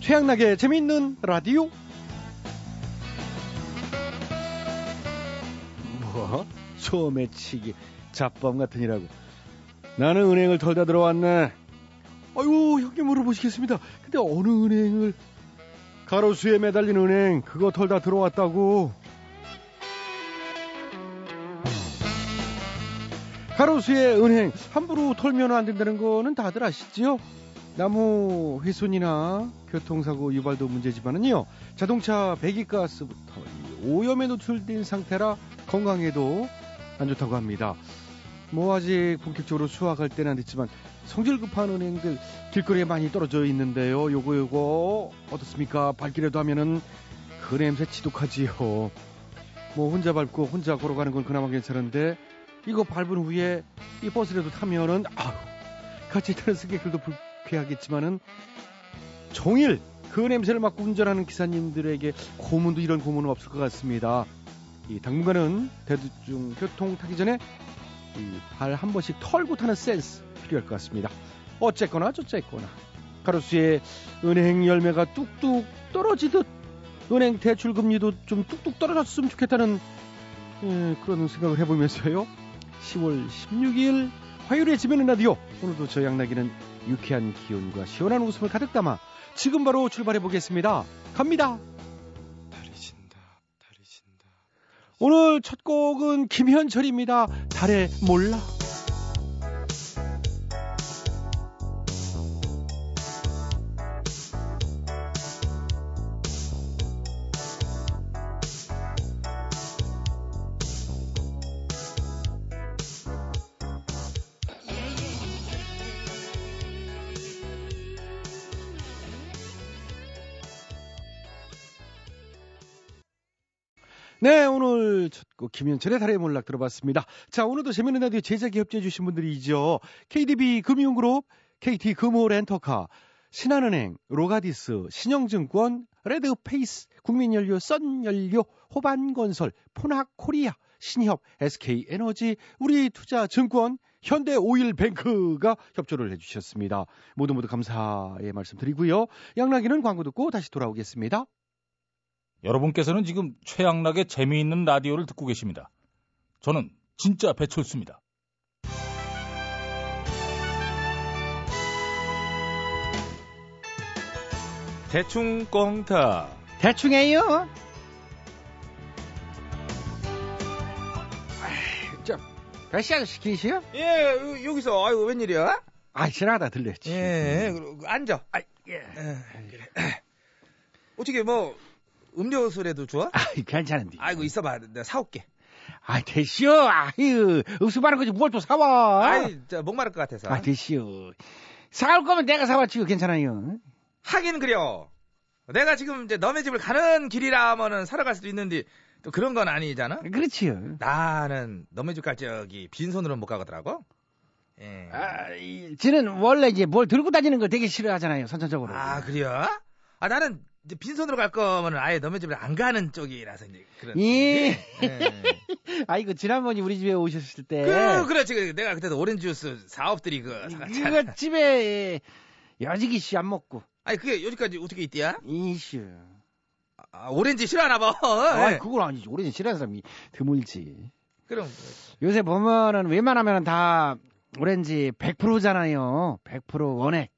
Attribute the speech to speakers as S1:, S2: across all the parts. S1: 최양락의 재미있는 라디오. 뭐? 소매 치기. 잡범 같은 이라고. 나는 은행을 털다 들어왔네. 아이고, 형님 물어보시겠습니다. 근데 어느 은행을? 가로수에 매달린 은행, 그거 털다 들어왔다고. 가로수의 은행, 함부로 털면 안 된다는 거는 다들 아시지요? 나무 훼손이나 교통사고 유발도 문제지만은요, 자동차 배기가스부터 이 오염에 노출된 상태라 건강에도 안 좋다고 합니다. 뭐 아직 본격적으로 수확할 때는 안 됐지만 성질 급한 은행들 길거리에 많이 떨어져 있는데요. 요거 요거 어떻습니까? 밟기라도 하면은 그 냄새 지독하지요. 뭐 혼자 밟고 혼자 걸어가는 건 그나마 괜찮은데 이거 밟은 후에 이 버스라도 타면은 아우 같이 타는 승객들도 불쾌하겠지만은 종일 그 냄새를 맡고 운전하는 기사님들에게 고문도 이런 고문은 없을 것 같습니다. 이 당분간은 대중 교통 타기 전에 발 한 번씩 털고 타는 센스 필요할 것 같습니다. 어쨌거나 저쨌거나 가로수에 은행 열매가 뚝뚝 떨어지듯 은행 대출 금리도 좀 뚝뚝 떨어졌으면 좋겠다는 예, 그런 생각을 해보면서요. 10월 16일 화요일에 지면은 라디오 오늘도 저희 양락이는 유쾌한 기운과 시원한 웃음을 가득 담아 지금 바로 출발해 보겠습니다. 갑니다. 오늘 첫 곡은 김현철입니다. 달에 몰라. 네, 오늘 첫 곡 김현철의 달의 몰락 들어봤습니다. 자, 오늘도 재미있는 라디오 제작에 협조해주신 분들이죠. KDB 금융그룹, KT 금호렌터카, 신한은행, 로가디스, 신영증권, 레드페이스, 국민연료, 썬연료, 호반건설, 포나코리아, 신협, SK에너지, 우리투자증권, 현대오일뱅크가 협조를 해주셨습니다. 모두 모두 감사의 말씀드리고요. 양락이는 광고 듣고 다시 돌아오겠습니다.
S2: 여러분께서는 지금 최양락의 재미있는 라디오를 듣고 계십니다. 저는 진짜 배철수입니다.
S3: 대충 꽁타.
S1: 대충해요. 저, 러시아도 시키시요?
S3: 예, 여- 여기서 아이고 웬일이야?
S1: 아, 지나다 들렸지.
S3: 예, 그리고 앉아. 아, 예. 그래. 어떻게 뭐 음료수라도 좋아?
S1: 아이, 괜찮은데.
S3: 아이고 있어봐, 내가 사올게.
S1: 아, 됐시요. 아유, 없으면 거지 뭘 또 사와.
S3: 아이, 저 목마를 것 같아서.
S1: 아, 됐시요. 사올 거면 내가 사왔지요. 괜찮아요.
S3: 하긴 그래요. 내가 지금 이제 너네 집을 가는 길이라면은 사러 갈 수도 있는데 또 그런 건 아니잖아.
S1: 그렇지요.
S3: 나는 너네 집 갈 적이 빈손으로 못 가거더라고. 예.
S1: 아, 이, 지는 원래 이제 뭘 들고 다니는 걸 되게 싫어하잖아요. 선천적으로.
S3: 아, 그래요? 아, 나는 이제 빈손으로 갈 거면 아예 너네 집을 안 가는 쪽이라서 이제 그런.
S1: 예.
S3: 예.
S1: 아이고, 지난번에 우리 집에 오셨을 때.
S3: 그, 그렇지. 그, 내가 그때도 오렌지 주스 사업들이 그 사갔잖아.
S1: 네. 이거 집에 여지기 씨 안 먹고.
S3: 아니, 그게 여기까지 어떻게 있대야?
S1: 이슈.
S3: 아, 오렌지 싫어하나 봐.
S1: 아,
S3: 예.
S1: 그건 아니지. 오래전 싫어하는 사람이 드물지.
S3: 그럼.
S1: 요새 보면은 웬만하면 다 오렌지 100%잖아요. 100% 원액.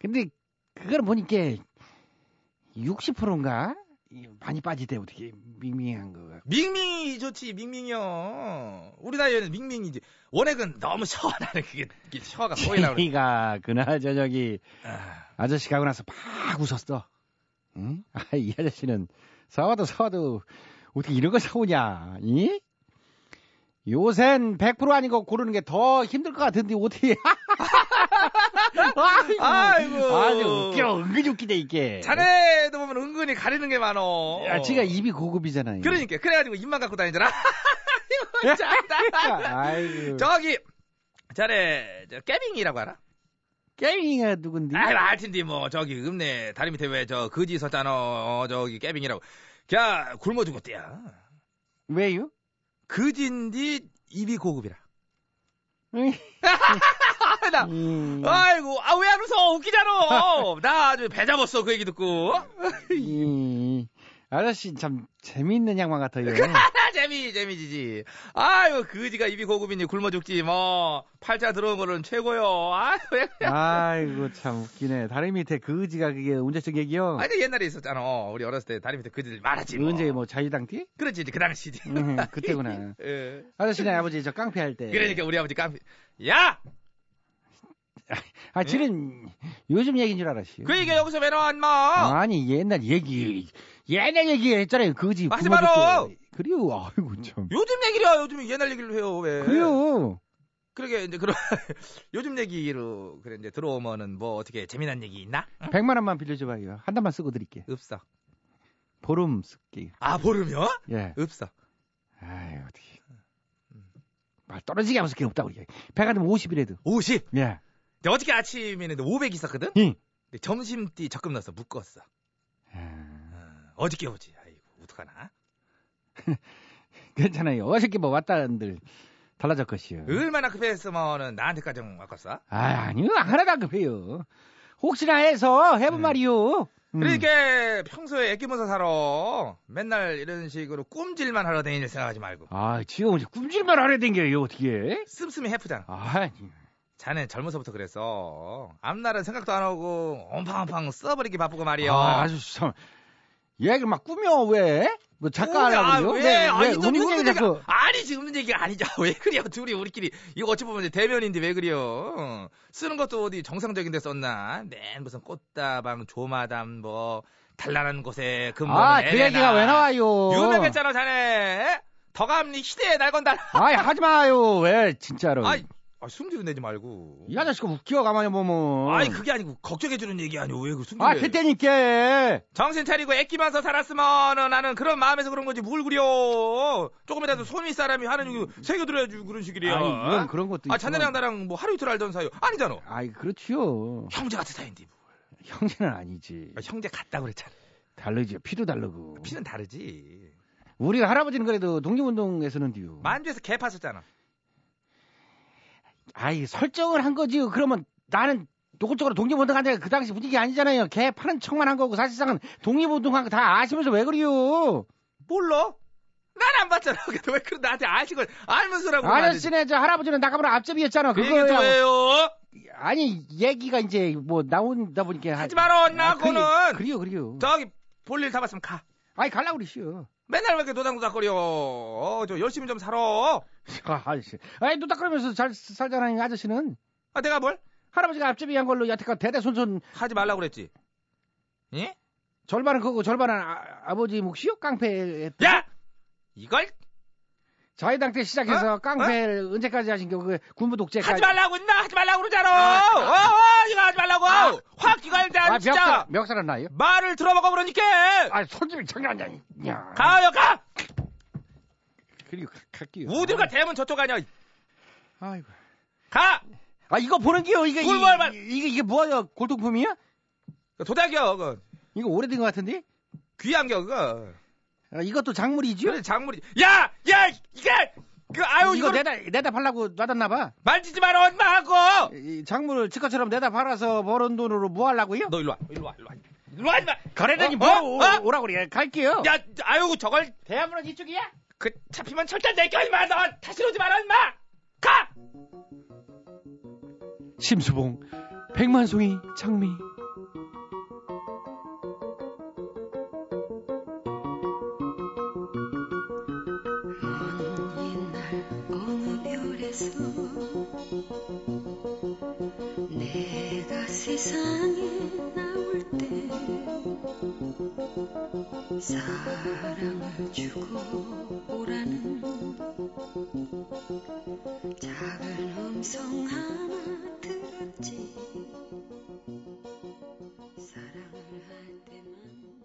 S1: 근데 그걸 보니까 60%인가? 많이 빠지대. 어떻게 밍밍한 거.
S3: 밍밍이 좋지, 밍밍이요. 우리 나이에는 밍밍이지. 원액은 너무 시원하네. 그게, 그게 혀가 아, 꼬이나 그래.
S1: 제가 그날 저녁이
S3: 아,
S1: 아저씨 가고 나서 막 웃었어. 응? 아, 이 아저씨는 사와도 사와도 어떻게 이런 걸 사오냐? 이? 요샌 100% 아닌 거 고르는 게 더 힘들 것 같은데 어떻게? 아이고,
S3: 아이고.
S1: 아주 웃겨 은근히 웃기대 이게.
S3: 자네도 보면 은근히 가리는 게 많어.
S1: 아, 지가 입이 고급이잖아요.
S3: 그러니까. 그래가지고 입만 갖고 다니잖아. 이거 짠다.
S1: 아이고.
S3: 저기, 자네, 저, 깨밍이라고 알아?
S1: 게임이가 누군데?
S3: 아이, 알텐데, 뭐, 저기, 읍내, 다리 밑에 왜, 저, 거지 있었잖아, 어, 저기, 깨빙이라고. 걔, 굶어 죽었대야.
S1: 왜요?
S3: 거진디 입이 고급이라. 아, 나.
S4: 음.
S3: 아이고, 아, 왜 안 웃어? 웃기잖아. 나 아주 배 잡았어, 그 얘기 듣고.
S4: 이 아저씨 참 재미있는 양반 같아요.
S3: 아, 재미, 재미지지. 아이고, 그지가 입이 고급이니 굶어 죽지, 뭐. 팔자 들어온 거는 최고요. 아이고, 왜.
S4: 아이고 참 웃기네. 다리 밑에 그지가 그게 언제적
S1: 어.
S4: 얘기요?
S3: 아니, 그 옛날에 있었잖아. 우리 어렸을 때 다리 밑에 그들 많았지. 뭐.
S4: 언제 뭐 자유당 띠?
S3: 그렇지, 이제 그 당시지.
S4: 음, 그때구나.
S3: 예.
S4: 아저씨네 아버지 저 깡패 할 때.
S3: 그러니까 우리 아버지 깜 야!
S4: 아 지금 요즘 얘기인 줄 알았어요.
S3: 그 얘기 여기서 왜 나와, 인마?
S4: 아니 옛날 얘기 옛날 얘기 했잖아요. 그지.
S3: 하지
S4: 굶어 죽고.
S3: 마라.
S4: 그래요. 아이고 참.
S3: 요즘 얘기를 해요. 요즘 옛날 얘기를 해요, 왜.
S4: 그래요.
S3: 그러게, 이제, 그런, 요즘 얘기로, 그래, 이제 들어오면은 뭐 어떻게 재미난 얘기 있나?
S4: 백만 원만 빌려줘봐요. 한 달만 쓰고 드릴게.
S3: 없어.
S4: 보름 쓸게.
S3: 아, 보름이요?
S4: 예.
S3: 없어.
S4: 아유 어떻게. 말 떨어지게 하면서 그게 없다고 얘기. 배가 되면 50이라도.
S3: 50.
S4: 예.
S3: 근데 어저께 아침에는 500 있었거든?
S4: 응.
S3: 근데 점심때 적금 넣어서 묶었어.
S4: 아,
S3: 어, 어저께 오지. 아이고, 어떡하나?
S4: 괜찮아요. 어저께 뭐 왔다는들 달라질 것이요.
S3: 얼마나 급했으면은 나한테까지 아깝어?
S4: 아, 아니요. 하나도 안 급해요. 혹시나 해서 해본
S3: 음.
S4: 말이요. 음.
S3: 그러니까 평소에 애기면서 살아. 맨날 이런 식으로 꿈질만 하러 다닐 생각하지 말고.
S4: 아, 지금 이제 꿈질만 하려 댕겨요, 어떻게.
S3: 씀씀이 해프잖아.
S4: 아니.
S3: 자네 젊어서부터 그랬어. 앞날은 생각도 안 하고 옴팡옴팡 써버리기 바쁘고 말이야.
S4: 아, 아주 참. 얘기를 막 꾸며, 왜? 뭐 작가 하려고요?
S3: 왜?
S4: 왜,
S3: 아니 또
S4: 우는
S3: 무슨
S4: 얘기
S3: 얘기가
S4: 자꾸.
S3: 아니 지금 무슨 얘기가 아니죠. 왜 그래요? 둘이 우리끼리 이거 어찌 보면 이제 대면인데 왜 그래요? 쓰는 것도 어디 정상적인 데 썼나? 맨 무슨 꽃다방 조마담 뭐 달란한 곳에 근무하는
S4: 아, 그
S3: LNA.
S4: 얘기가 왜 나와요?
S3: 유명했잖아 자네. 더감리 시대의 날건달.
S4: 아이, 하지 마요. 왜, 진짜로.
S3: 아이, 아, 숨기고 내지 말고.
S4: 이 아저씨가 웃겨, 가만히 보면.
S3: 아이 그게 아니고 걱정해주는 얘기 아니오 왜그 숨기고
S4: 아, 그때니까.
S3: 정신 차리고 애끼면서 살았으면 나는 그런 마음에서 그런 거지 뭘 그려 조금이라도 소미 사람이 하는 이거 새겨들어야지 그런 식이래요
S4: 아니, 이건 그런 것도
S3: 아
S4: 있지만-
S3: 자네랑 나랑 뭐 하루 이틀 알던 사이 아니잖아
S4: 아이, 그렇지요.
S3: 형제 같은 사이인데 뭐.
S4: 형제는 아니지.
S3: 아, 형제 같다고 그랬잖아
S4: 다르지. 피도 다르고.
S3: 피는 다르지
S4: 우리 할아버지는 그래도 독립운동에서는 뒤요.
S3: 만주에서 개 팠었잖아
S4: 아이, 설정을 한 거지. 그러면 나는 노골적으로 독립운동 한 데가 그 당시 분위기 아니잖아요. 개 파는 척만 한 거고 사실상은 독립운동 한 거 다 아시면서 왜 그래요?
S3: 몰라 난 안 봤잖아 근데 왜 그런 나한테 아시걸 알면서라고 그러면 안 되지.
S4: 아저씨네 저 할아버지는 나가보라 앞잡이였잖아.
S3: 그 얘기 또
S4: 그거야.
S3: 왜요
S4: 아니, 얘기가 이제 뭐 나온다 보니까.
S3: 하지 마라
S4: 아,
S3: 나
S4: 그래-
S3: 그거는
S4: 그래요, 그래요.
S3: 저기 볼일 다 봤으면 가
S4: 아이, 갈라 그러시오.
S3: 맨날 왜 이렇게 노당노닥거려 어, 저 열심히 좀 살아
S4: 아, 아저씨. 아이, 노닥 그러면서 잘 살잖아요, 아저씨는.
S3: 아 내가 뭘
S4: 할아버지가 앞잡이 한 걸로 여태껏 대대손손
S3: 하지 말라고 그랬지. 예?
S4: 절반은 그거고 절반은 아, 버지 몫이요? 깡패.
S3: 야! 이걸
S4: 자유당 때 시작해서
S3: 어?
S4: 깡패 언제까지 하신 거, 그 군부 독재까지.
S3: 하지 말라고 했나? 하지 말라고 그러잖아.
S4: 아,
S3: 어, 어, 이거 하지 말라고.
S4: 아.
S3: 확 이거 할때
S4: 아,
S3: 진짜
S4: 멱살, 멱살은 나요?
S3: 말을 들어보고 그러니까.
S4: 아, 손님이 장난 아니야.
S3: 가요 가.
S4: 그리고 가- 갈게요.
S3: 우들과 대문 저쪽 아니야.
S4: 아이고.
S3: 가.
S4: 아, 이거 보는 게요, 이게. 이-
S3: 꿀벌발.
S4: 이게, 이게 뭐야, 골동품이야?
S3: 도닥이야 그거.
S4: 이거 오래된 것 같은데?
S3: 귀한겨 그거.
S4: 아, 이것도 작물이지요?
S3: 그래 작물이. 야, 야, 이게 그 아유
S4: 이거
S3: 이거
S4: 내다, 내다 팔라고 놔뒀나봐.
S3: 만지지 마라 엄마하고.
S4: 이 작물을 치커처럼 내다 팔아서 벌은 돈으로 뭐 하려고요?
S3: 너 일로 와. 일로 와. 일로 와. 일로 와. 일로 와.
S4: 거래되니
S3: 어,
S4: 뭐
S3: 어,
S4: 오-
S3: 어?
S4: 오라고 그래. 갈게요.
S3: 야, 아유 저걸
S4: 대한민국 이쪽이야?
S3: 그 잡히면 절대 내겨 임마 너 다시 오지 마라 임마 가
S4: 심수봉, 백만송이, 장미.
S5: 먼 옛날 어느 별에서 내가 세상에 나올 때 사랑을 주고 오라는 작은 음성 하나 들었지 사랑을 할 때만 비는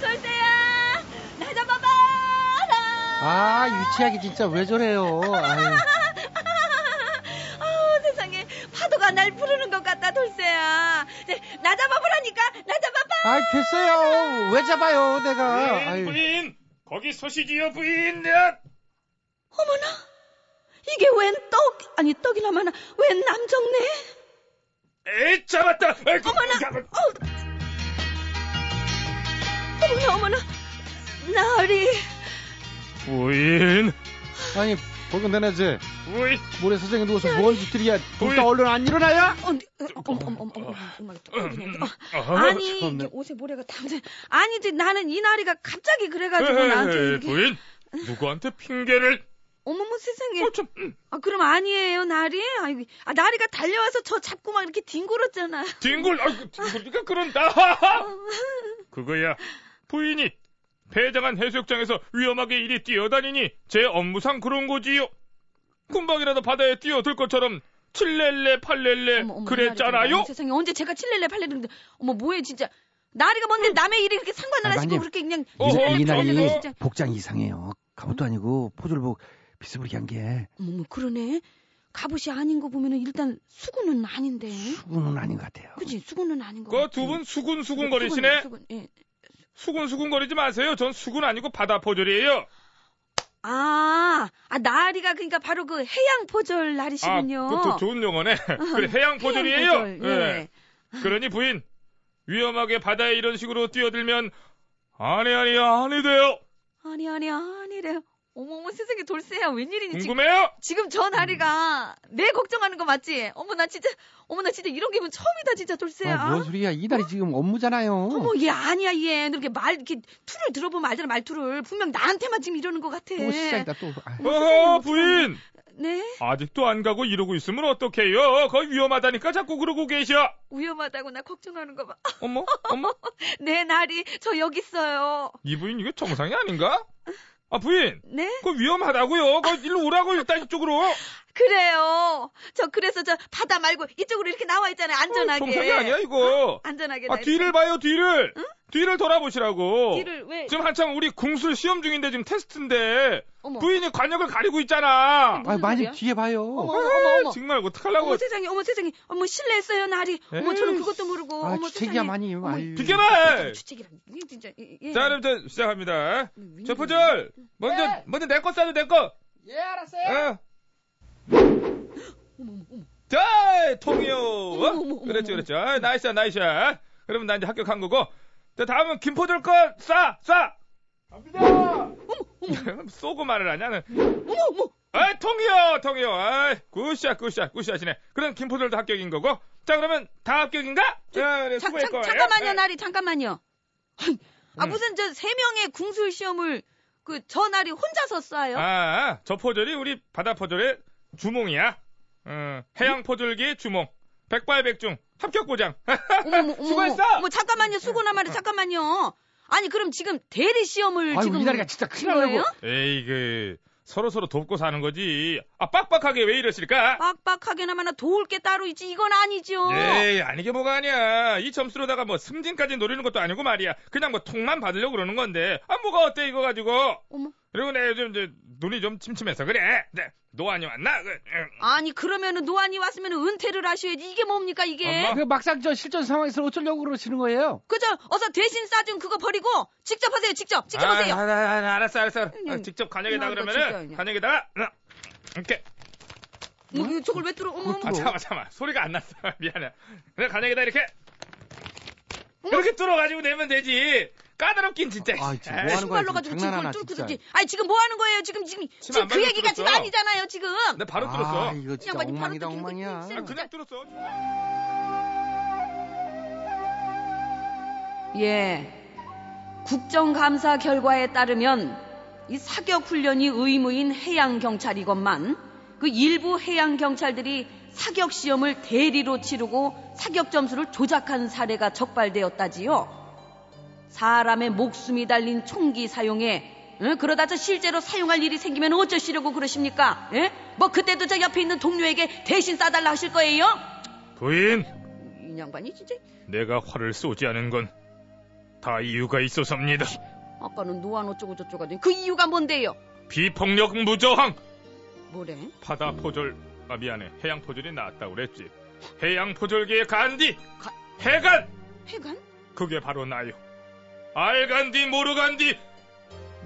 S6: 돌쇠야 나 좀 봐봐라
S1: 아, 유치하게 진짜 왜 저래요? 아유.
S6: 아우 세상에 파도가 날 부르는 것 같다 돌쇠야 이제 나 잡아보라니까 나 잡아봐
S1: 아이, 됐어요. 왜 잡아요, 내가. 아유.
S7: 부인 거기 소식이요 부인
S6: 어머나 이게 웬 떡 아니 떡이나마나 웬 남정네
S7: 에이 잡았다
S6: 어머나 어우. 어머나 어머나 나으리
S7: 부인
S1: 아니, 보건대나 제
S7: 부인
S1: 모래 사장에 누워서 뭘 짓들이야. 둘다 얼른 안 일어나야?
S6: 어, 어머 어머 어머 어머 어머 떡이네 아니 이게 옷에 모래가 다 묻어 아니지 나는 이 나리가 갑자기 그래가지고 뭐 나한테 이게
S7: 부인 누구한테 핑계를
S6: 어머머 세상에
S7: 좀
S6: 아 그럼 아니에요 나리 아이고 아 나리가 달려와서 저 잡고 막 이렇게 뒹굴었잖아
S7: 뒹굴 아이고 뒹굴이가
S6: 어.
S7: 그런다 그거야 부인이 배장한 해수욕장에서 위험하게 일이 뛰어다니니 제 업무상 그런 거지요 금방이라도 바다에 뛰어들 것처럼 칠렐레 팔렐레
S6: 어머, 어머, 나리가,
S7: 네, 그랬잖아요
S6: 어머, 세상에 언제 제가 칠렐레 팔레는데 어머 뭐해 진짜 나리가 뭔데 남의 일에 그렇게 상관을
S1: 아,
S6: 하시고
S1: 마님.
S6: 그렇게 그냥
S7: 어허,
S6: 칠렐레
S7: 이 나리.
S6: 팔레가 진짜
S1: 복장 이상해요. 갑옷도 아니고 포졸복 비스무리한 게
S6: 어머 어머, 그러네 갑옷이 아닌 거 보면은 일단 수구는 아닌데
S1: 수군은 아닌 것 같아요.
S6: 그지 수구는 아닌 거
S7: 그
S6: 같아.
S7: 두 분
S6: 수군,
S7: 수군수군 거리시네
S6: 수군, 예.
S7: 수군수군 거리지 마세요 전 수군 아니고 바다 포졸이에요
S6: 아, 아 나리가 그러니까 바로 그 해양 포졸
S7: 아
S6: 나리시군요
S7: 그것도 좋은 용어네 그래 해양 포졸이에요
S6: 해양 포졸,
S7: 예.
S6: 예.
S7: 그러니 부인 위험하게 바다에 이런 식으로 뛰어들면 아니 아니 아니 돼요
S6: 아니 아니 아니래요. 어머머 세상에 돌쇠야 웬일이니 예, 지금
S7: 궁금해요
S6: 지금 저 나리가 내 걱정하는 거 맞지? 어머 나 진짜 어머 나 진짜 이런 기분 처음이다 진짜 돌쇠야.
S1: 아, 뭔 소리야. 이달이 지금 업무잖아요.
S6: 어머 얘 아니야 얘 이렇게 말 이렇게 투를 들어보면 알잖아 말투를 분명 나한테만 지금 이러는 것 같아.
S1: 또 시작이다, 또. 아,
S6: 어머, 세상에,
S7: 어허
S6: 어떡하냐.
S7: 부인
S6: 네
S7: 아직도 안 가고 이러고 있으면 어떡해요 거의 위험하다니까 자꾸 그러고 계셔
S6: 위험하다고 나 걱정하는 거 봐. 아,
S7: 어머 어머
S6: 내 나리 저 여기 있어요.
S7: 이 부인 이게 정상이 아닌가? 아 부인
S6: 네
S7: 그 위험하다고요 그 일로 오라고 일단 이쪽으로
S6: 그래요. 저 그래서 저 바다 말고 이쪽으로 이렇게 나와 있잖아요 안전하게.
S7: 어, 정상이 아니야 이거
S6: 안전하게
S7: 아
S6: 나
S7: 뒤를 봐요 뒤를 뒤를 돌아보시라고
S6: 뒤를 왜?
S7: 지금 한참 우리 궁술 시험 중인데 지금 테스트인데
S6: 어머.
S7: 부인이 관역을 가리고 있잖아
S1: 아,
S6: 무슨
S1: 마님
S6: 소리야?
S1: 뒤에 봐요.
S6: 어머 어머 어머.
S7: 아, 정말 어떡하려고
S6: 어머 세상에 어머 세상에 어머 실례했어요 나리 어머
S7: 에이,
S6: 저는 그것도 모르고
S1: 아,
S6: 어머
S1: 주책이야,
S6: 세상에
S1: 많이.
S6: 어머,
S1: 아유.
S7: 비켜봐
S6: 주책이라 이게 진짜 예, 예.
S7: 자 그럼 이제 시작합니다
S6: 음,
S7: 저 포절 먼저
S8: 네.
S7: 먼저 내 거 싸줘 내거
S8: 예 알았어요.
S7: 어.
S6: 어머, 어머, 어머.
S7: 자,
S6: 어머, 어머,
S7: 통이요.
S6: 어머,
S7: 그렇지,
S6: 어머.
S7: 그렇지. 아, 나이스야, 나이스야. 그러면 난 이제 합격한 거고. 자, 다음은 김포절 거 싸, 싸. 갑니다. 쏘고 말을 하냐?
S6: 어머 어머
S7: 아, 통이요, 통이요. 아, 굿샷, 굿샷, 굿샷이네. 그럼 김포절도 합격인 거고. 자, 그러면 다 합격인가? 자, 그래,
S6: 음. 자,
S7: 수고했
S6: 자,
S7: 거예요.
S6: 잠깐만요
S7: 예.
S6: 나리 잠깐만요 아이, 아
S7: 음.
S1: 네.
S6: 무슨 저 세 명의 궁술 시험을 그 저 나리 혼자서 쏴요
S7: 아, 저 포절이 우리 바다 포절의 주몽이야. 음, 해양 포절기의 주몽. 백발백중 합격 보장.
S6: 어머 어머 어머
S7: 수고했어!
S6: 어머. 어머 잠깐만요 수고나 말이 잠깐만요 아니 그럼 지금 대리 시험을
S1: 아유,
S6: 지금
S1: 이달이가 진짜 큰일
S6: 친
S1: 나려고.
S6: 거예요?
S7: 에이 그 서로 서로 돕고 사는 거지. 아 빡빡하게 왜 이러실까?
S6: 빡빡하게나마나 도울 게 따로 있지 이건 아니죠
S7: 에이 아니게 뭐가 아니야. 이 점수로다가 뭐 승진까지 노리는 것도 아니고 말이야. 그냥 뭐 통만 받으려고 그러는 건데. 아 뭐가 어때 이거 가지고?
S6: 어머.
S7: 그리고 내 요즘 이제 눈이 좀 침침해서 그래. 네, 노안이 왔나? 그, 응.
S6: 아니 그러면은 노안이 왔으면 은퇴를 하셔야지 이게 뭡니까 이게
S7: 엄마?
S1: 그 막상 저 실전 상황에서 어쩌려고 그러시는 거예요?
S6: 그저 어서 대신 싸준 그거 버리고 직접 하세요 직접 직접 하세요
S7: 아, 아, 아, 아, 알았어 알았어. 알았어. 아,
S6: 음.
S7: 직접 간역에다
S6: 이거
S7: 그러면은
S6: 진짜
S7: 간역에다가 응. 이렇게.
S6: 뭐, 이거 저걸 왜 뚫어 어머 어머
S7: 아 참아 참아 소리가 안 났어 미안해. 그래 간역에다 이렇게. 이렇게 뚫어가지고 내면 되지. 까다롭긴 진짜.
S1: 아,
S7: 에이.
S1: 지금 뭐 하는 거야?
S6: 신발로 가지고 지금
S1: 장난하나,
S6: 그걸 뚫고
S1: 진짜.
S6: 있지 아니 지금 뭐 하는 거예요 지금 지금 지금
S7: 안
S6: 그
S7: 발로
S6: 얘기가 지금
S7: 뚫었어.
S6: 아니잖아요 지금
S7: 나 바로
S1: 아,
S7: 뚫었어.
S1: 이거 진짜
S6: 양반이 바로
S1: 엉망이다,
S6: 뚫기는
S1: 엉망이야.
S6: 뚫기는
S7: 아, 그냥 뚫었어.
S6: 예. 국정감사 결과에 따르면 이 사격 훈련이 의무인 해양 경찰이건만 그 일부 해양 경찰들이 사격 시험을 대리로 치르고 사격 점수를 조작한 사례가 적발되었다지요. 사람의 목숨이 달린 총기 사용에 응? 그러다 저 실제로 사용할 일이 생기면 어쩌시려고 그러십니까? 예? 뭐 그때도 저 옆에 있는 동료에게 대신 싸달라 하실 거예요?
S7: 부인,
S6: 이 양반이 진짜
S7: 내가 화를 쏘지 않은 건 다 이유가 있어서입니다.
S6: 아까는 노안 어쩌고 저쩌고 하더니 그 이유가 뭔데요?
S7: 비폭력 무저항,
S6: 뭐래?
S7: 바다 포절, 아 미안해, 해양 포절이 낫다 그랬지. 해양 포절계의 간디,
S6: 가-
S7: 해간,
S6: 회관?
S7: 그게 바로 나요. 알간디 모르간디,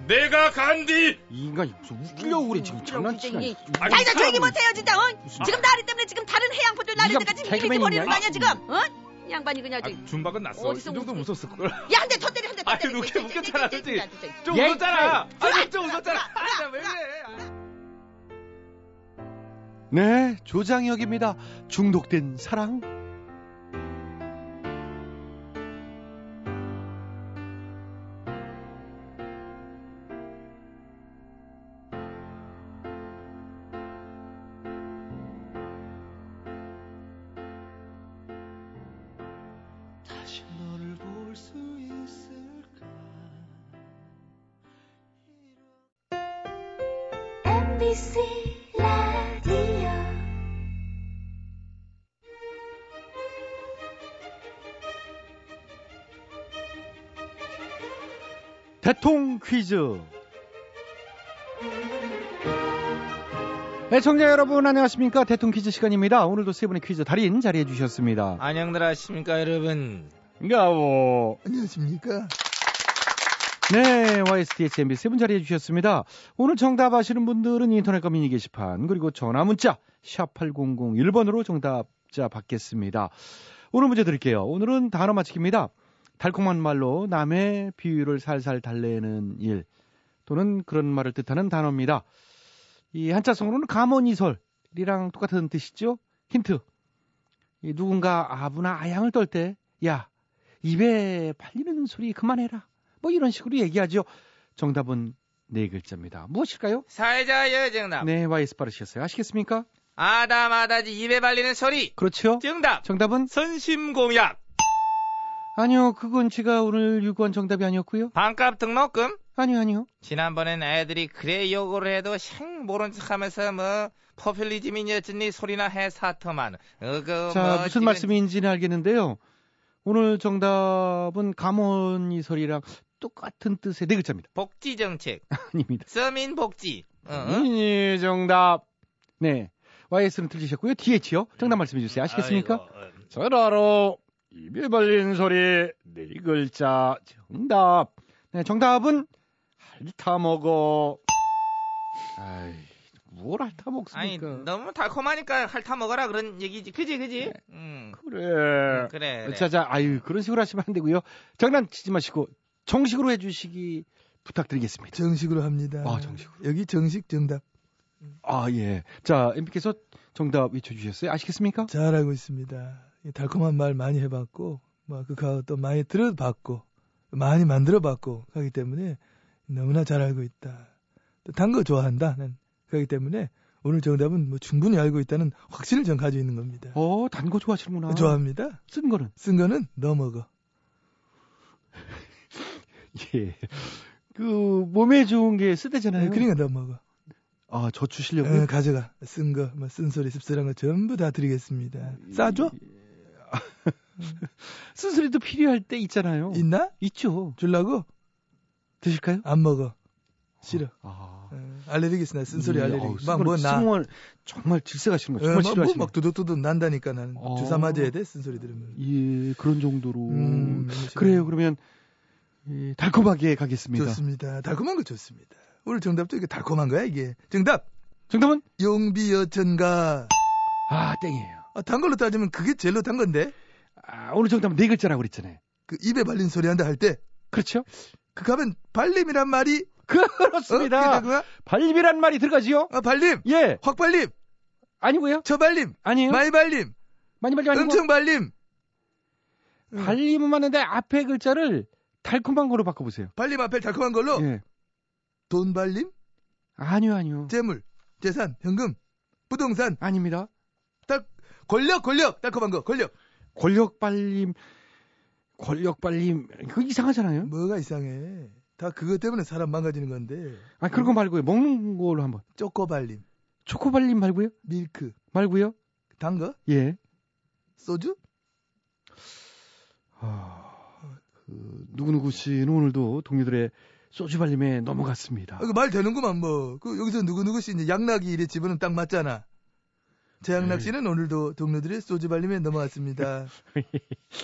S7: 내가 간디.
S1: 이 인간이 무슨 웃기려고 그래 지금 장난치냐
S6: 웃기려고
S1: 이거
S7: 아니,
S6: 자 이제 조용히
S1: 사람이
S6: 못해요 진짜 어?
S1: 무슨-
S6: 지금 나리 때문에 지금 다른 해양포들
S1: 네가
S6: 나리들까지 밀리지
S1: 개그맨이냐?
S6: 버리는 거 아니야
S1: 아,
S6: 지금 어? 이 양반이 그냥
S7: 아,
S6: 저기
S7: 준박은 났어. 이
S6: 어디서
S7: 정도
S6: 웃-
S7: 웃었을 걸.
S6: 야한 대 더 때려 한대 더
S3: 아유,
S6: 때려
S3: 이렇게
S6: 이제, 이제, 이제,
S3: 웃겼잖아,
S6: 이제, 이제, 이제, 이제.
S3: 좀
S1: 예,
S3: 웃었잖아. 아니 좀
S6: 그래,
S3: 웃었잖아.
S6: 그래, 그래,
S3: 아니, 왜 그래?
S1: 네, 조장혁입니다. 중독된 사랑.
S9: 다시 너를 볼 수 있을까?
S5: MBC 라디오
S1: 대통 퀴즈. 네, 청자 여러분 안녕하십니까? 대통 퀴즈 시간입니다. 오늘도 세 분의 퀴즈 달인 자리해 주셨습니다.
S3: 안녕들 하십니까 여러분.
S1: 네, 가오.
S9: 안녕하십니까?
S1: 뭐. 네, YSTH MB 세분 자리해 주셨습니다. 오늘 정답 아시는 분들은 인터넷과 미니 게시판 그리고 전화 문자 샵 8001번으로 정답자 받겠습니다. 오늘 문제 드릴게요. 오늘은 단어 맞히기입니다. 달콤한 말로 남의 비위를 살살 달래는 일 또는 그런 말을 뜻하는 단어입니다. 이 한자성으로는 감언이설이랑 똑같은 뜻이죠. 힌트. 이 누군가 아부나 아양을 떨 때, 야, 입에 팔리는 소리 그만해라. 뭐 이런 식으로 얘기하죠. 정답은 네 글자입니다. 무엇일까요?
S3: 사회자 여정답.
S1: 네, 와이스 빠르셨어요. 아시겠습니까?
S3: 아다마다지 입에 발리는 소리.
S1: 그렇죠.
S3: 정답.
S1: 정답은
S3: 선심공약.
S1: 아니요. 그건 제가 오늘 요구한 정답이 아니었고요.
S3: 반값 등록금.
S1: 아니요, 아니요.
S3: 지난번엔 애들이 그래 요구를 해도 생 모른 척하면서 뭐 포퓰리즘이니 어쩌니 소리나 해 사터만. 어그
S1: 자,
S3: 뭐
S1: 무슨
S3: 지금-
S1: 말씀인지는 알겠는데요. 오늘 정답은 감언이설이랑 똑같은 뜻의 네 글자입니다.
S3: 복지 정책.
S1: 아닙니다. 네?
S3: 서민 복지. 어, 어?
S1: 이 정답. 네. YS는 틀리셨고요. DH요. 정답 말씀해 주세요. 아시겠습니까?
S3: 아이고, 어.
S1: 저라로 입에 발린 소리 네 글자 정답. 네, 정답은 핥아 먹어. 아이, 뭘 핥아
S3: 아니
S1: 먹습니까?
S3: 너무 달콤하니까 핥아 먹어라 그런 얘기지. 그지 그지. 음.
S1: 그래.
S7: 어,
S3: 그래. 그래.
S1: 네. 자자, 아유 그런 식으로 하시면 안 되고요. 장난치지 마시고 정식으로 해주시기 부탁드리겠습니다.
S9: 정식으로 합니다.
S1: 아, 정식으로.
S9: 여기 정식 정답
S1: 아 예. 자, MB께서 정답 외쳐주셨어요. 아시겠습니까?
S9: 잘 알고 있습니다. 이 달콤한 말 많이 해봤고, 뭐 그거 또 많이 들어봤고, 많이 만들어봤고 하기 때문에 너무나 잘 알고 있다. 단 거 좋아한다. 난 그렇기 때문에 오늘 정답은 뭐 충분히 알고 있다는 확신을 전 가지고 있는 겁니다.
S1: 어, 단 거 좋아하시는구나.
S9: 좋아합니다.
S1: 쓴 거는.
S9: 쓴 거는 너 먹어.
S1: 예. 그 몸에 좋은 게 쓰대잖아요.
S9: 그러니까 너 먹어.
S1: 아, 저추시려고.
S9: 어, 가져가. 쓴 거, 뭐 쓴소리, 씁쓸한 거 전부 다 드리겠습니다. 싸줘?
S1: 쓴소리도 필요할 때 있잖아요.
S9: 있나?
S1: 있죠.
S9: 줄라고?
S1: 드실까요?
S9: 안 먹어. 싫어.
S1: 아.
S9: 어, 알레르기 있으나 쓴소리
S1: 음,
S9: 알레르기.
S1: 어우,
S9: 막 뭐
S1: 쓴소리,
S9: 나.
S1: 정말, 정말 질색하시는 거
S9: 어,
S1: 정말
S9: 막, 뭐,
S1: 싫어하시네.
S9: 막 두둑두둑 난다니까 나는
S1: 어.
S9: 주사 맞아야 돼 쓴소리 들으면.
S1: 예, 그런 정도로.
S9: 음, 너무 싫어요.
S1: 그래요. 그러면 예, 달콤하게 가겠습니다.
S9: 좋습니다. 달콤한 거 좋습니다. 오늘 정답도 이게 달콤한 거야 이게. 정답
S1: 정답은
S9: 용비 여천가.
S1: 아, 땡이에요.
S9: 아, 단 걸로 따지면 그게 젤로 단 건데
S1: 아, 오늘 정답은 네 글자라고 그랬잖아요.
S9: 그 입에 발린 소리 한다 할 때 그
S1: 그렇죠?
S9: 가면 발림이란 말이
S1: 그렇습니다.
S9: 어? 그게 그거야?
S1: 발림이란 말이 들어가지요?
S9: 아, 발림
S1: 예.
S9: 확 발림
S1: 아니고요.
S9: 저발림
S1: 아니에요.
S9: 많이 발림
S1: 많이 발림 아니고.
S9: 엄청 발림
S1: 발림은 맞는데 앞에 글자를 달콤한 거로 바꿔 보세요.
S9: 발림 앞에 달콤한 걸로
S1: 예.
S9: 돈 발림
S1: 아니요, 아니요.
S9: 재물 재산 현금 부동산
S1: 아닙니다.
S9: 딱
S3: 권력, 권력. 달콤한 거, 권력.
S1: 권력 빨림, 권력 빨림, 그거 이상하잖아요.
S9: 뭐가 이상해. 다 그것 때문에 사람 망가지는 건데.
S1: 아, 그런 거 말고요. 먹는 걸로 한번.
S9: 쪼꼬발림,
S1: 초코발림 말고요?
S9: 밀크,
S1: 말고요?
S9: 단 거?
S1: 예.
S9: 소주?
S1: 아, 그, 누구누구 씨는 오늘도 동료들의 소주발림에 넘어갔습니다.
S9: 아, 이거 말 되는구만 뭐. 그 여기서 누구누구 씨 이제 양락이 이래 집어는 딱 맞잖아. 재양락 씨는
S1: 네.
S9: 오늘도 동료들의 소주발림에 넘어왔습니다.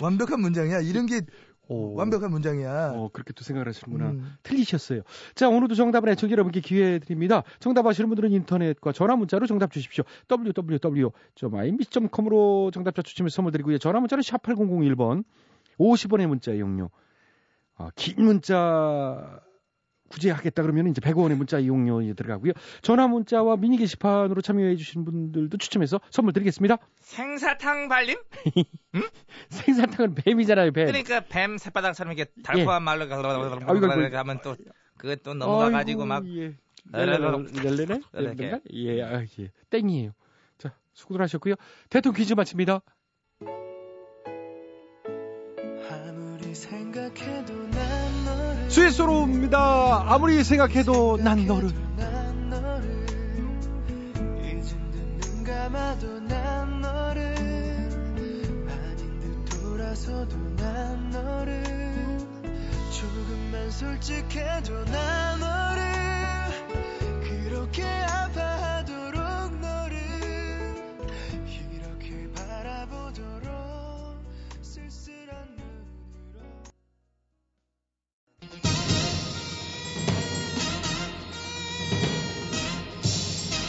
S9: 완벽한 문장이야. 이런 게
S1: 오.
S9: 어, 완벽한 문장이야.
S1: 어, 그렇게 또 생각을 하시는구나.
S9: 음.
S1: 틀리셨어요. 자, 오늘도 정답을 애청자 여러분께 기회 드립니다. 정답 아시는 분들은 인터넷과 전화 문자로 정답 주십시오. www.imbc.com으로 정답자 추첨해서 선물 드리고요. 전화 문자는 샵 8001번 50원의 문자 이용료. 아, 긴 문자 굳이 하겠다 그러면 이제 100원의 문자 이용료에 들어가고요. 전화 문자와 미니 게시판으로 참여해 주신 분들도 추첨해서 선물 드리겠습니다.
S3: 생사탕 발림?
S1: 생사탕은 뱀이잖아요, 뱀.
S3: 그러니까 뱀 새바닥처럼 이렇게 달콤한 말로 가서
S1: 네. 예. 아이고, 그- 아이고. 예.
S3: 하면 또 그게 또 넘어가가지고 막
S1: 아이고, 예.
S3: 랄랄랄.
S1: 랄랄랄.
S3: 이렇게.
S1: 랄랄랄. 예, 아, 예. 땡이에요. 자, 수고들 하셨고요. 대통령 퀴즈 마칩니다. 스위스로입니다. 아무리 생각해도 난 너를.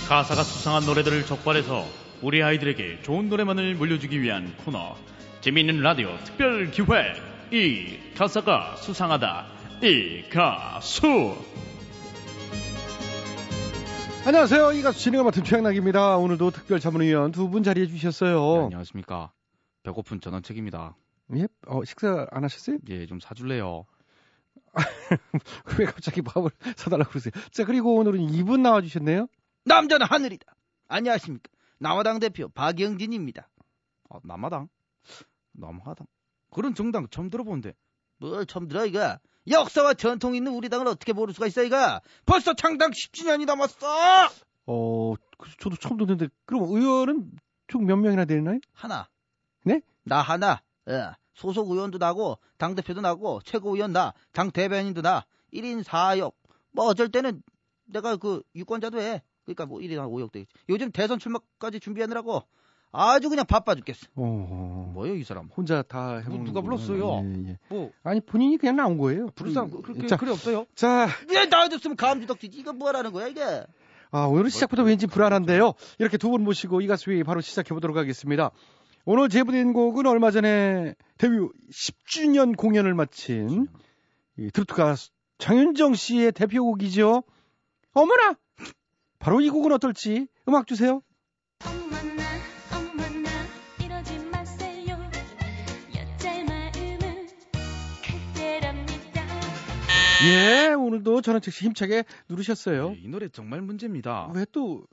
S10: 가사가 수상한 노래들을 적발해서 우리 아이들에게 좋은 노래만을 물려주기 위한 코너 재미있는 라디오 특별 기획 이 가사가 수상하다 이 가수
S1: 안녕하세요. 이 가수 진행을 맡은 최양락입니다. 오늘도 특별 자문위원 두 분 자리해 주셨어요.
S10: 네, 안녕하십니까 배고픈 전원책입니다
S1: 예? 어, 식사 안 하셨어요?
S10: 예 좀 사줄래요
S1: 왜 갑자기 밥을 사달라고 그러세요? 자, 그리고 오늘은 이분 나와주셨네요.
S11: 남자는 하늘이다. 안녕하십니까. 남아당 대표 박영진입니다.
S10: 아, 남아당? 남하당? 그런 정당 처음 들어보는데
S11: 뭘 처음 들어 이거. 역사와 전통 있는 우리 당을 어떻게 모를 수가 있어 이거. 벌써 창당 10주년이 넘었어.
S1: 어, 그, 저도 처음 듣는데, 그럼 의원은 총 몇 명이나 되나요?
S11: 하나.
S1: 네?
S11: 나 하나. 예. 소속 의원도 나고 당 대표도 나고 최고위원 나, 당 대변인도 나. 1인 4역. 뭐 어쩔 때는 내가 그 유권자도 해. 그러니까 뭐 1인 5역 되겠지. 요즘 대선 출마까지 준비하느라고 아주 그냥 바빠 죽겠어.
S1: 어,
S10: 뭐예요 이 사람
S1: 혼자 다 해본
S10: 누가 불렀어요?
S1: 예, 예.
S10: 뭐
S1: 아니 본인이 그냥 나온 거예요. 음.
S10: 부른 사람 그렇게
S1: 자,
S10: 그래 없어요?
S1: 자,
S11: 왜 나와줬으면 감지덕지지. 이거 뭐하라는 거야 이게.
S1: 아, 오늘은 시작부터 왠지 불안한데요. 이렇게 두 분 모시고 이 가수의 바로 시작해 보도록 하겠습니다. 오늘 제보된 곡은 얼마 전에 데뷔 10주년 공연을 마친 이 트로트 가수 장윤정 씨의 대표곡이죠. 어머나! 바로 이 곡은 어떨지 음악 주세요.
S5: 어머나 어머나 이러지 마세요 여자의 마음은 그때랍니다
S1: 예, 오늘도 전원책 씨 힘차게 누르셨어요.
S10: 이 노래 정말 문제입니다
S1: 왜 또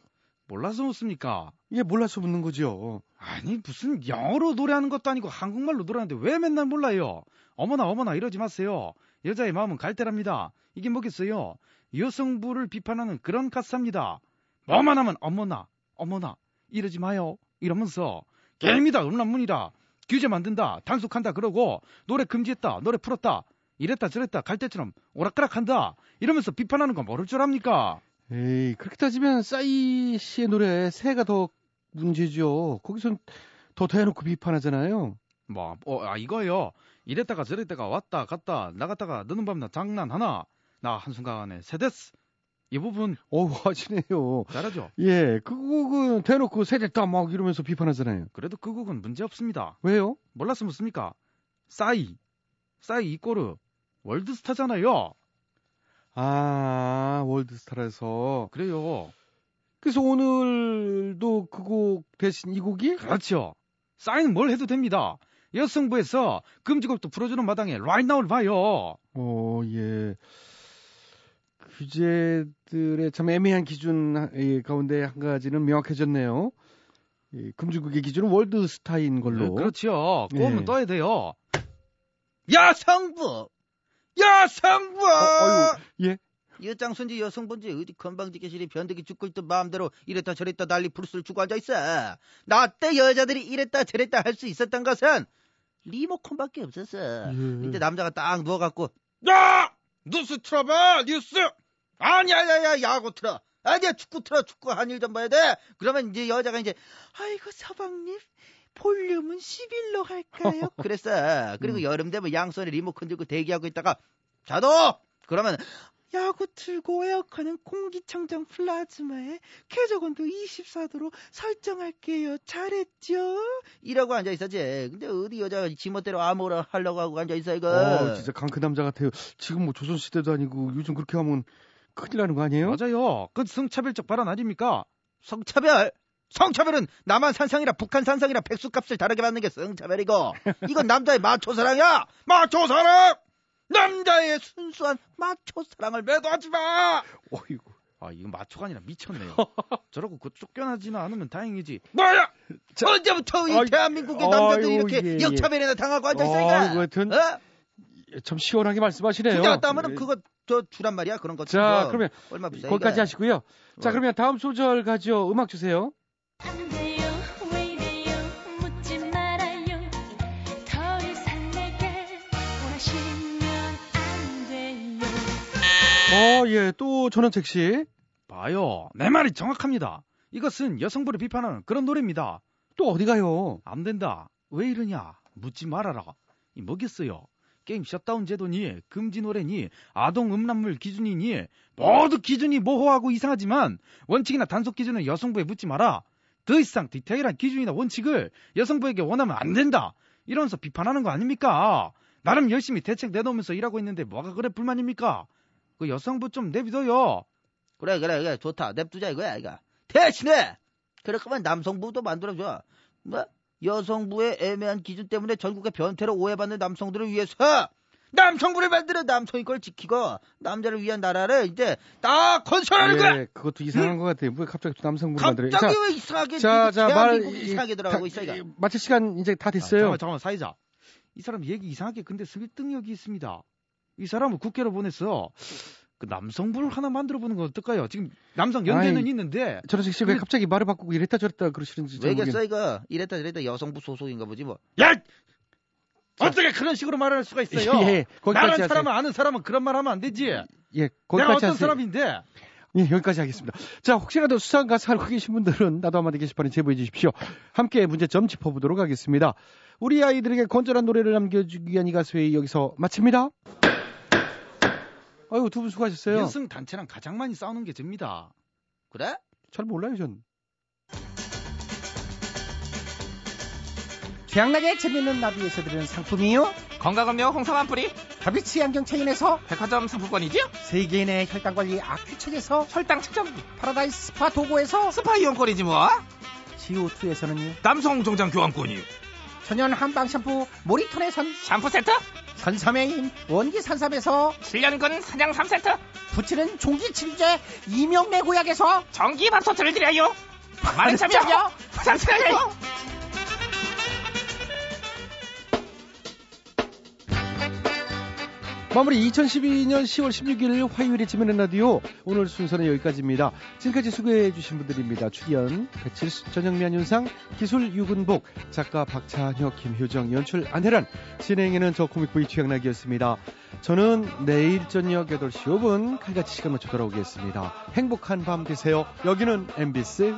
S10: 몰라서 웃습니까?
S1: 이게 몰라서 묻는 거죠.
S10: 아니 무슨 영어로 노래하는 것도 아니고 한국말로 노래하는데 왜 맨날 몰라요? 어머나 어머나 이러지 마세요. 여자의 마음은 갈대랍니다. 이게 뭐겠어요? 여성부를 비판하는 그런 가사입니다. 뭐만 하면 어머나 어머나 이러지 마요 이러면서 개미다 음란문이다 규제 만든다 단속한다 그러고 노래 금지했다 노래 풀었다 이랬다 저랬다 갈대처럼 오락가락한다 이러면서 비판하는 건 모를 줄 압니까?
S1: 에이, 그렇게 따지면 싸이 씨의 노래 새가 더 문제죠. 거기선 더 대놓고 비판하잖아요.
S10: 뭐, 어, 아, 이거요. 이랬다가 저랬다가 왔다 갔다 나갔다가 너는 밤나 장난 하나. 나 한순간에 세데스. 이 부분
S1: 어우, 하시네요.
S10: 잘하죠.
S1: 예, 그 곡은 대놓고 새됐다 막 이러면서 비판하잖아요.
S10: 그래도 그 곡은 문제 없습니다.
S1: 왜요?
S10: 몰랐으면 씁니까? 싸이. 싸이 이꼬르. 월드스타잖아요.
S1: 아, 월드스타라서.
S10: 그래요.
S1: 그래서 오늘도 그 곡 대신 이 곡이?
S10: 그렇죠. 싸이는 뭘 해도 됩니다. 여성부에서 금지곡도 풀어주는 마당에 라인나올 봐요.
S1: 어, 예. 규제들의 참 애매한 기준 하- 예, 가운데 한 가지는 명확해졌네요. 이 금주국의 기준은 월드스타인 걸로.
S10: 네, 그렇죠. 꼬우면
S1: 예.
S10: 떠야 돼요.
S11: 여성부! 여성부!
S1: 어, 아이고, 예.
S11: 여장순지 여성분지 어디 건방지게시리 변덕이 죽고 있던 마음대로 이랬다 저랬다 난리 부르스를 주고 앉아있어. 나 때 여자들이 이랬다 저랬다 할 수 있었던 것은 리모컨밖에 없었어. 이때 남자가 딱 누워갖고 야! 뉴스 틀어봐 뉴스! 아니야야야 야구 틀어. 아니야 축구 틀어 축구 한일 좀 봐야 돼. 그러면 이제 여자가 이제 아이고 서방님 볼륨은 11로 할까요? 그랬어. 그리고 여름 되면 양손에 리모컨 들고 대기하고 있다가 자도 그러면 야구 틀고 에어컨은 공기청정 플라즈마에 쾌적 온도 24도로 설정할게요. 잘했죠? 이라고 앉아 있었지. 근데 어디 여자가 지멋대로 아무거나 하려고 하고 앉아 있어 이거.
S1: 어, 진짜 강크 남자 같아요. 지금 뭐 조선시대도 아니고 요즘 그렇게 하면 큰일 나는 거 아니에요?
S10: 맞아요. 그 성차별적 발언 아닙니까?
S11: 성차별. 성차별은 남한 산상이라 북한 산상이라 백수값을 다르게 받는 게 성차별이고 이건 남자의 마초 사랑이야. 마초 사랑. 남자의 순수한 마초 사랑을 매도하지 마.
S1: 어이구.
S10: 아, 이건 마초가 아니라 미쳤네요. 저러고 그 쫓겨나지는 않으면 다행이지.
S11: 뭐야? 언제부터 이
S1: 아이,
S11: 대한민국의
S1: 아이고,
S11: 남자들이 이렇게
S1: 예, 예.
S11: 역차별이나 당하고
S1: 아이고,
S11: 앉아있으니까?
S1: 하여튼
S11: 어?
S1: 참 시원하게 말씀하시네요.
S11: 진짜 왔다 하면
S1: 예.
S11: 은 그거 저 주란 말이야 그런 것.
S1: 자, 그러면
S11: 얼마 비싸?
S1: 거기까지
S11: 이거? 어.
S1: 하시고요. 자, 그러면 다음 소절 가죠. 음악 주세요.
S5: 안 돼요 왜 이래요 묻지 말아요 더 이상 내게 원하시면 안 돼요
S1: 어, 예, 또 전원책 씨.
S10: 봐요. 내 말이 정확합니다. 이것은 여성부를 비판하는 그런 노래입니다.
S1: 또 어디 가요?
S10: 안 된다. 왜 이러냐? 묻지 말아라. 이 뭐겠어요? 게임 셧다운 제도니, 금지 노래니, 아동 음란물 기준이니, 모두 기준이 모호하고 이상하지만, 원칙이나 단속 기준은 여성부에 묻지 마라. 더 이상 디테일한 기준이나 원칙을 여성부에게 원하면 안 된다. 이러면서 비판하는 거 아닙니까? 나름 열심히 대책 내놓으면서 일하고 있는데 뭐가 그래 불만입니까? 그 여성부 좀 내비둬요.
S11: 그래 그래 그래 좋다 냅두자 이거야 이거. 대신에 그럴 거면 남성부도 만들어줘. 뭐 여성부의 애매한 기준 때문에 전국의 변태로 오해받는 남성들을 위해서 남성부를 만들어 남성인 걸 지키고 남자를 위한 나라를 이제 딱 건설하는 거야.
S1: 예, 그것도 이상한 것 같아요. 왜 갑자기 또 남성분 만들어요?
S11: 갑자기 왜 이상하게
S1: 자, 자, 말
S11: 대한민국 이상하게 들어가고 있어 이거.
S1: 마칠 시간 이제 다
S10: 아,
S1: 됐어요.
S10: 잠깐만 잠깐만 사이자. 이 사람 얘기 이상하게 근데 설득력이 있습니다. 이 사람을 국회로 보내서 그 남성부를 하나 만들어 보는 건 어떨까요? 지금 남성 연대는
S1: 아이,
S10: 있는데
S1: 전원책 씨 왜 갑자기 말을 바꾸고 이랬다 저랬다 그러시는지 잘 모르겠...
S11: 그 왜겠어 이거 이랬다 저랬다 여성부 소속인가 보지 뭐.
S10: 야 어떻게 그런 식으로 말할 수가 있어요?
S1: 예,
S10: 나란
S1: 거기까지 하세요.
S10: 사람은 아는 사람은 그런 말 하면 안 되지.
S1: 예,
S10: 내가
S1: 거기까지
S10: 어떤
S1: 하세요.
S10: 사람인데
S1: 예, 여기까지 하겠습니다. 자, 혹시라도 수상 가수 알고 계신 분들은 나도 한마디 게시판에 제보해 주십시오. 함께 문제점 짚어보도록 하겠습니다. 우리 아이들에게 건전한 노래를 남겨주기 위한 이 가수의 여기서 마칩니다. 아유, 두 분 수고하셨어요.
S10: 연승 단체랑 가장 많이 싸우는 게 접니다.
S11: 그래?
S1: 잘 몰라요, 전.
S4: 취향나게 재밌는 나비에서 드리는 상품이요
S3: 건강음료 홍삼 한 뿌리
S4: 다비치 안경 체인에서
S3: 백화점 상품권이지요?
S4: 세계인의 혈당관리 아큐책에서
S3: 혈당 측정기
S4: 파라다이스 스파 도구에서
S3: 스파 이용권이지 뭐
S4: CO2에서는요
S3: 남성 정장 교환권이요
S4: 천연 한방 샴푸 모리톤에선
S3: 샴푸 세트
S4: 선삼의 힘 원기 산삼에서
S3: 7년근 사냥 3세트
S4: 붙이는 종기 침제 이명래 고약에서 아,
S3: 전기 밥솥을 드려요 많은 참여 부탁드려요
S1: 마무리 2012년 10월 16일 화요일에 지면은 라디오 오늘 순서는 여기까지입니다. 지금까지 수고해 주신 분들입니다. 출연 배칠수, 전영미, 안윤상, 기술 유근복, 작가 박찬혁, 김효정, 연출 안혜란, 진행에는 저 코믹부의 최양락이었습니다. 저는 내일 저녁 8시 5분 칼같이 시간 맞춰 돌아오겠습니다. 행복한 밤 되세요. 여기는 MBC